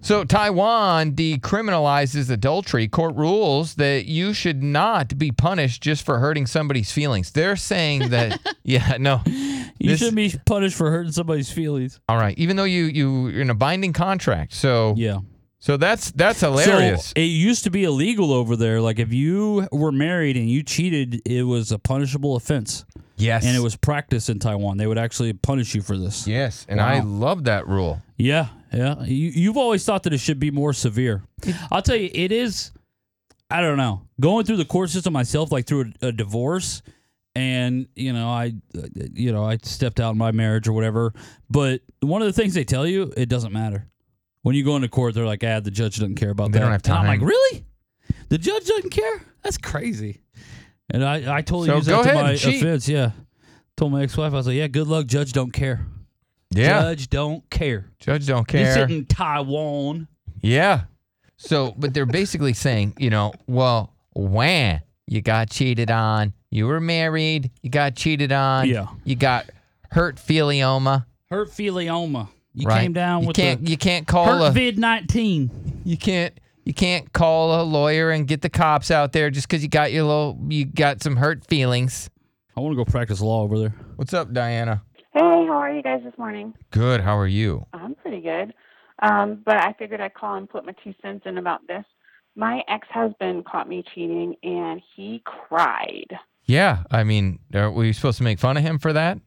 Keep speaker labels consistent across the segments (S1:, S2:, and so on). S1: So Taiwan decriminalizes adultery. Court rules that you should not be punished just for hurting somebody's feelings. They're saying that yeah, no.
S2: You
S1: This-
S2: shouldn't be punished for hurting somebody's feelings.
S1: All right, even though you you you're in a binding contract. So
S2: Yeah.
S1: so that's that's hilarious.
S2: So it used to be illegal over there. Like if you were married and you cheated, it was a punishable offense,
S1: yes.
S2: and it was practiced in Taiwan. They would actually punish you for this.
S1: Yes, and I love that rule.
S2: Yeah, yeah. You, you've always thought that it should be more severe. I'll tell you, it is. I don't know. Going through the court system myself, like through a, a divorce, and you know, I, uh, you know, I stepped out in my marriage or whatever. But one of the things they tell you, it doesn't matter. When you go into court, they're like, "Ah, the judge doesn't care about
S1: They
S2: that."
S1: don't have
S2: And I'm
S1: time.
S2: like, really? The judge doesn't care? That's crazy. And I, I totally
S1: So
S2: used
S1: go
S2: that to
S1: ahead
S2: my
S1: and cheat.
S2: offense. Yeah, told my ex-wife, I was like, "Yeah, good luck, judge. Don't care.
S1: Yeah, judge,
S2: Judge don't care."
S1: don't
S2: They
S1: care.
S2: sit in Taiwan.
S1: Yeah. So, but they're basically saying, you know, well, wham, you got cheated on. You were married. You got cheated on.
S2: Yeah.
S1: You got hurt philioma.
S2: Hurt philioma. You
S1: right?
S2: came down
S1: you
S2: with
S1: can't,
S2: the
S1: you can't call
S2: hurt
S1: a
S2: vid nineteen.
S1: you can't you can't call a lawyer and get the cops out there just because you got your little you got some hurt feelings.
S2: I want to go practice law over there.
S1: What's up, Diana?
S3: Hey, how are you guys this morning?
S1: Good. How are you?
S3: Um, I'm pretty good. Um, but I figured I'd call and put my two cents in about this. My ex husband caught me cheating and he cried.
S1: Yeah. I mean, are we supposed to make fun of him for that?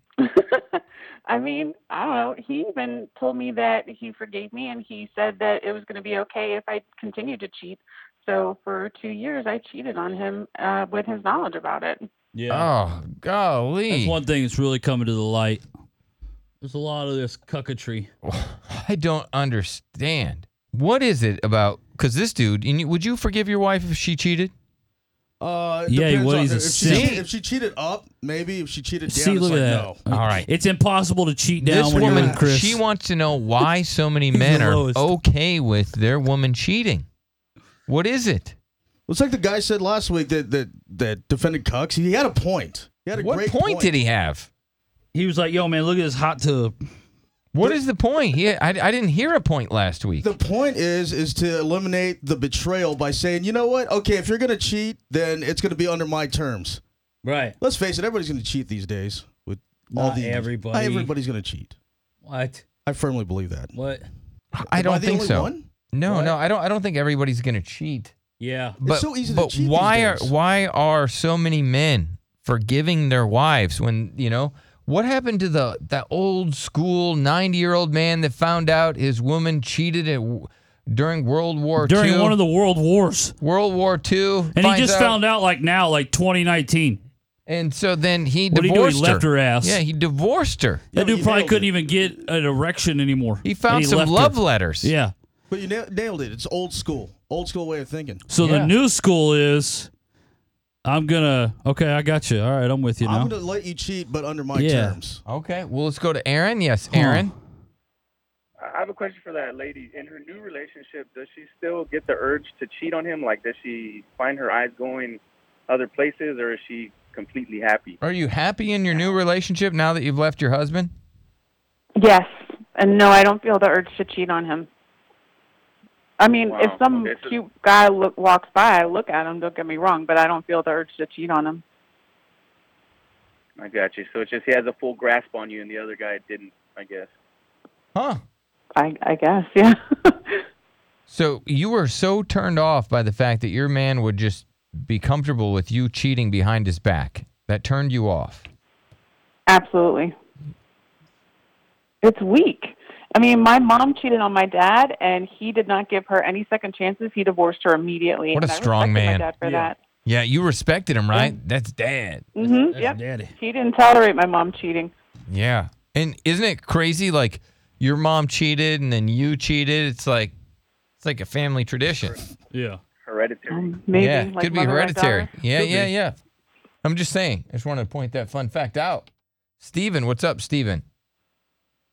S3: I mean, I don't know. He even told me that he forgave me and he said that it was going to be okay if I continued to cheat. So for two years, I cheated on him uh, with his knowledge about it.
S2: Yeah.
S1: Oh, golly.
S2: That's one thing that's really coming to the light. There's a lot of this cuckatry.
S1: I don't understand. What is it about? Because this dude, and you, would you forgive your wife if she cheated?
S4: Uh, it
S2: Yeah,
S4: depends
S2: what
S4: on-
S2: he's a
S4: if she,
S2: simp.
S4: cheated- if she cheated up, maybe. If she cheated down,
S2: See,
S4: it's
S2: look
S4: like
S2: at
S4: no.
S2: that.
S1: All right.
S2: It's impossible to cheat down
S1: this
S2: when
S1: woman,
S2: you're with Chris.
S1: she wants to know why so many
S2: the
S1: men are
S2: lowest.
S1: okay with their woman cheating. What is it?
S4: It's like the guy said last week that that that defended Cucks. He had a point. He had a
S1: What
S4: great
S1: point, did he have?
S2: he was like, "Yo, man, look at this hot tub."
S1: What is the point? He, I, I didn't hear a point last week.
S4: The point is is to eliminate the betrayal by saying, you know what? Okay, if you're gonna cheat, then it's gonna be under my terms.
S2: Right.
S4: Let's face it, everybody's gonna cheat these days. With all
S2: Not
S4: the
S2: everybody.
S4: everybody's gonna cheat.
S2: What?
S4: I firmly believe that.
S2: What?
S1: I
S4: Am
S1: don't
S4: the
S1: think
S4: only
S1: so.
S4: one?
S1: No, no, I don't. I don't think everybody's gonna cheat.
S2: Yeah.
S1: But,
S4: so easy to
S1: but
S4: cheat these
S1: why are
S4: days.
S1: why are so many men forgiving their wives when you know what happened to the that old school ninety year old man that found out his woman cheated at, during World War
S2: During
S1: II,
S2: one of the world wars,
S1: World War II,
S2: and he
S1: finds
S2: just
S1: out,
S2: found out like now, like 2019.
S1: and so then he
S2: What'd he do? He
S1: divorced
S2: left
S1: her.
S2: her ass.
S1: Yeah, he divorced her.
S4: Yeah,
S2: That
S4: but
S2: dude
S4: you
S2: probably
S4: nailed
S2: couldn't
S4: it.
S2: even get an erection anymore.
S1: He found
S2: And
S1: some
S2: left
S1: love
S2: her.
S1: letters.
S2: Yeah.
S4: But you na- nailed it. It's old school. Old school way of thinking.
S2: So
S1: Yeah.
S2: the new school is, I'm gonna. Okay, I got you. All right, I'm with you now.
S4: I'm gonna let you cheat, but under my
S2: Yeah.
S4: terms.
S1: Okay. Well, let's go to Aaron. Yes, Aaron.
S5: I have a question for that lady. In her new relationship, does she still get the urge to cheat on him? Like, does she find her eyes going other places, or is she completely happy?
S1: Are you happy in your new relationship now that you've left your husband?
S3: Yes. And no, I don't feel the urge to cheat on him. I mean,
S5: Wow.
S3: if some
S5: Okay, so-
S3: cute guy look, walks by, I look at him, don't get me wrong, but I don't feel the urge to cheat on him.
S5: I got you. So it's just he has a full grasp on you, and the other guy didn't. I guess.
S1: Huh.
S3: I, I guess, yeah.
S1: So you were so turned off by the fact that your man would just be comfortable with you cheating behind his back. That turned you off.
S3: Absolutely. It's weak. I mean, my mom cheated on my dad, and he did not give her any second chances. He divorced her immediately.
S1: What a
S3: and I
S1: strong
S3: respected
S1: man.
S3: My dad for
S2: Yeah.
S1: Yeah, you respected him, right? That's dad.
S3: that. hmm
S2: That's
S3: Yep.
S2: daddy.
S3: He didn't tolerate my mom cheating.
S1: Yeah. And isn't it crazy like your mom cheated and then you cheated? It's like it's like a family tradition.
S2: Yeah.
S5: Hereditary.
S3: Um, maybe
S1: yeah,
S3: like
S1: could be
S3: mother, like
S1: hereditary.
S3: daughter.
S1: Yeah, yeah, yeah. I'm just saying. I just wanted to point that fun fact out. Steven, what's up, Steven?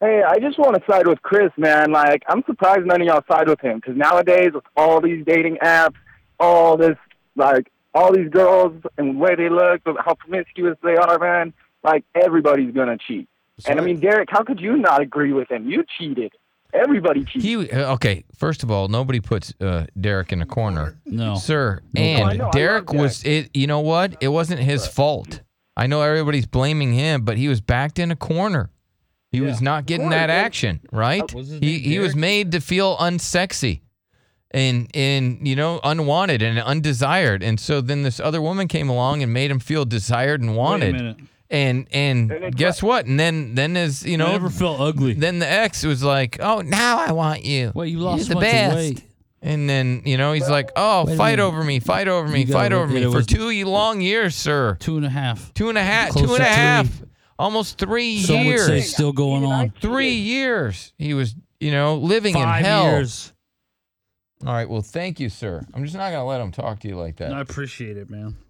S6: Hey, I just want to side with Chris, man. Like, I'm surprised none of y'all side with him because nowadays, with all these dating apps, all this, like, all these girls and the way they look, how promiscuous they are, man, like, everybody's going to cheat.
S4: That's
S6: and I
S4: right.
S6: mean, Derek, how could you not agree with him? You cheated. Everybody cheats.
S1: He okay. First of all, nobody puts uh, Derek in a corner,
S2: No.
S1: sir.
S2: Oh. No, I
S1: And
S6: know, Oh, I
S1: Derek
S6: love Derek.
S1: was it. You know what? It wasn't his fault. I know everybody's blaming him, but he was backed in a corner. He was not getting that action right.
S2: was his
S1: He
S2: name
S1: he was
S2: Derek?
S1: made to feel unsexy, and and you know unwanted and undesired. And so then this other woman came along and made him feel desired and
S2: Wait a
S1: wanted.
S2: minute.
S1: and and guess what? And then then is you
S2: I
S1: know
S2: never felt ugly.
S1: then the ex was like, "Oh, now I want you.
S2: Wait, you
S1: You're
S2: lost
S1: the
S2: a bunch of
S1: best."
S2: weight.
S1: And then you know he's like, "Oh,
S2: Wait a
S1: fight
S2: minute.
S1: over me, fight over me,
S2: You
S1: fight
S2: gotta
S1: over
S2: look at
S1: me
S2: it
S1: for
S2: was-
S1: two ye- long years, sir.
S2: Two and a half.
S1: Two and a half, two
S2: Close
S1: and a
S2: to
S1: half,
S2: three.
S1: almost three
S2: Some would say
S1: years,
S2: still going on.
S1: three years. He was, you know, living
S2: Five
S1: in hell.
S2: years.
S1: All right, well, thank you, sir. I'm just not gonna let him talk to you like that.
S2: I appreciate it, man.